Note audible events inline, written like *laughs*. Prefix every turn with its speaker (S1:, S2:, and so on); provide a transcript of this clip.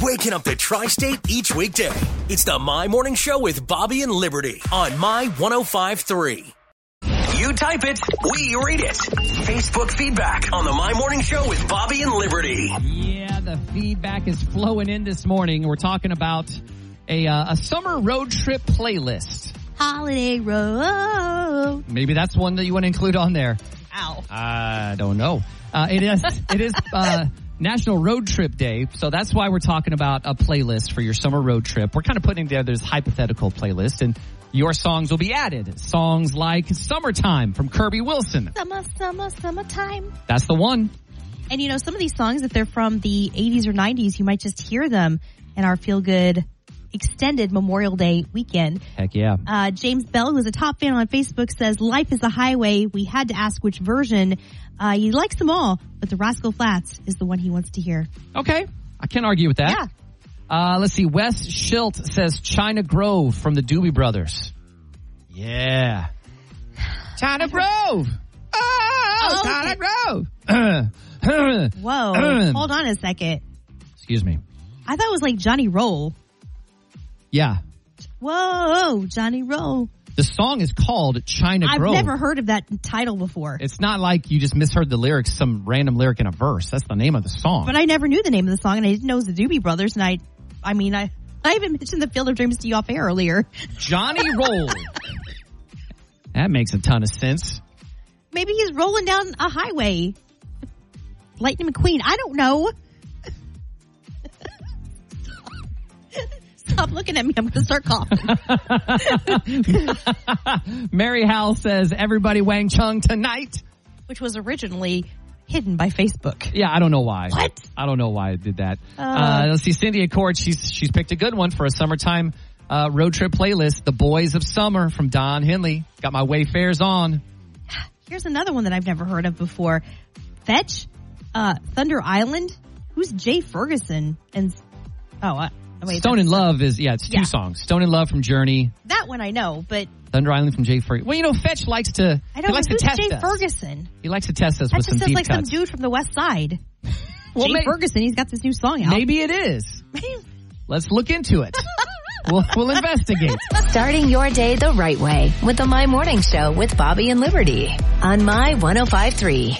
S1: waking up the tri state each weekday. It's the My Morning Show with Bobby and Liberty on My 1053. You type it, we read it. Facebook feedback on the My Morning Show with Bobby and Liberty.
S2: Yeah, the feedback is flowing in this morning. We're talking about a, uh, a summer road trip playlist.
S3: Holiday Road.
S2: Maybe that's one that you want to include on there.
S3: Ow.
S2: I don't know. Uh, it is *laughs* it is uh, National Road Trip Day, so that's why we're talking about a playlist for your summer road trip. We're kind of putting together this hypothetical playlist, and your songs will be added. Songs like "Summertime" from Kirby Wilson.
S3: Summer, summer, summertime.
S2: That's the one.
S3: And you know, some of these songs, if they're from the 80s or 90s, you might just hear them in our Feel Good extended Memorial Day weekend.
S2: Heck yeah.
S3: Uh, James Bell, who is a top fan on Facebook, says, Life is a highway. We had to ask which version. Uh, he likes them all, but the Rascal Flats is the one he wants to hear.
S2: Okay, I can't argue with that.
S3: Yeah.
S2: Uh, let's see. Wes Schilt says China Grove from the Doobie Brothers. Yeah. China Grove. Oh, China Grove. *clears throat*
S3: Whoa. Hold on a second.
S2: Excuse me.
S3: I thought it was like Johnny Roll.
S2: Yeah.
S3: Whoa, Johnny Roll.
S2: The song is called China
S3: I've
S2: Grove.
S3: never heard of that title before,
S2: it's not like you just misheard the lyrics, some random lyric in a verse. That's the name of the song.
S3: but I never knew the name of the song and I didn't know it was the Doobie Brothers. And I, I mean, I, I even mentioned the Field of Dreams to you off air earlier. *laughs*
S2: Johnny Roll. *laughs* that makes a ton of sense.
S3: Maybe he's rolling down a highway. Lightning McQueen. I don't know. *laughs* Stop looking at me. I'm going to start coughing.
S2: Mary Howell says, everybody Wang Chung tonight.
S3: Which was originally hidden by Facebook.
S2: Yeah, I don't know why.
S3: What? Oh.
S2: I don't know why I did that. Uh, let's see, Cindy Accord. She's she's picked a good one for a summertime uh, road trip playlist. The Boys of Summer from Don Henley. Got my Wayfarers on.
S3: Here's another one that I've never heard of before. Fetch, uh, Thunder Island. Who's Jay Ferguson? And oh, uh, wait,
S2: Stone in Love is yeah, it's two
S3: Yeah.
S2: songs. Stone in Love from Journey.
S3: that one I know, but
S2: Thunder Island from Jay Ferguson. Well, you know, Fetch likes to
S3: I
S2: he
S3: don't know
S2: likes to
S3: who's
S2: test
S3: Jay
S2: us.
S3: Ferguson.
S2: He likes to test us
S3: That
S2: with
S3: just
S2: some
S3: sounds
S2: deep
S3: like
S2: cuts.
S3: some dude from the West Side.
S2: Well,
S3: Jay
S2: may-
S3: Ferguson. He's got this new song out.
S2: Maybe it is. Let's look into
S3: *laughs*
S2: it. we'll, we'll investigate.
S4: Starting your oh day the right way with the My Morning Show with Bobby and Liberty on My 1053.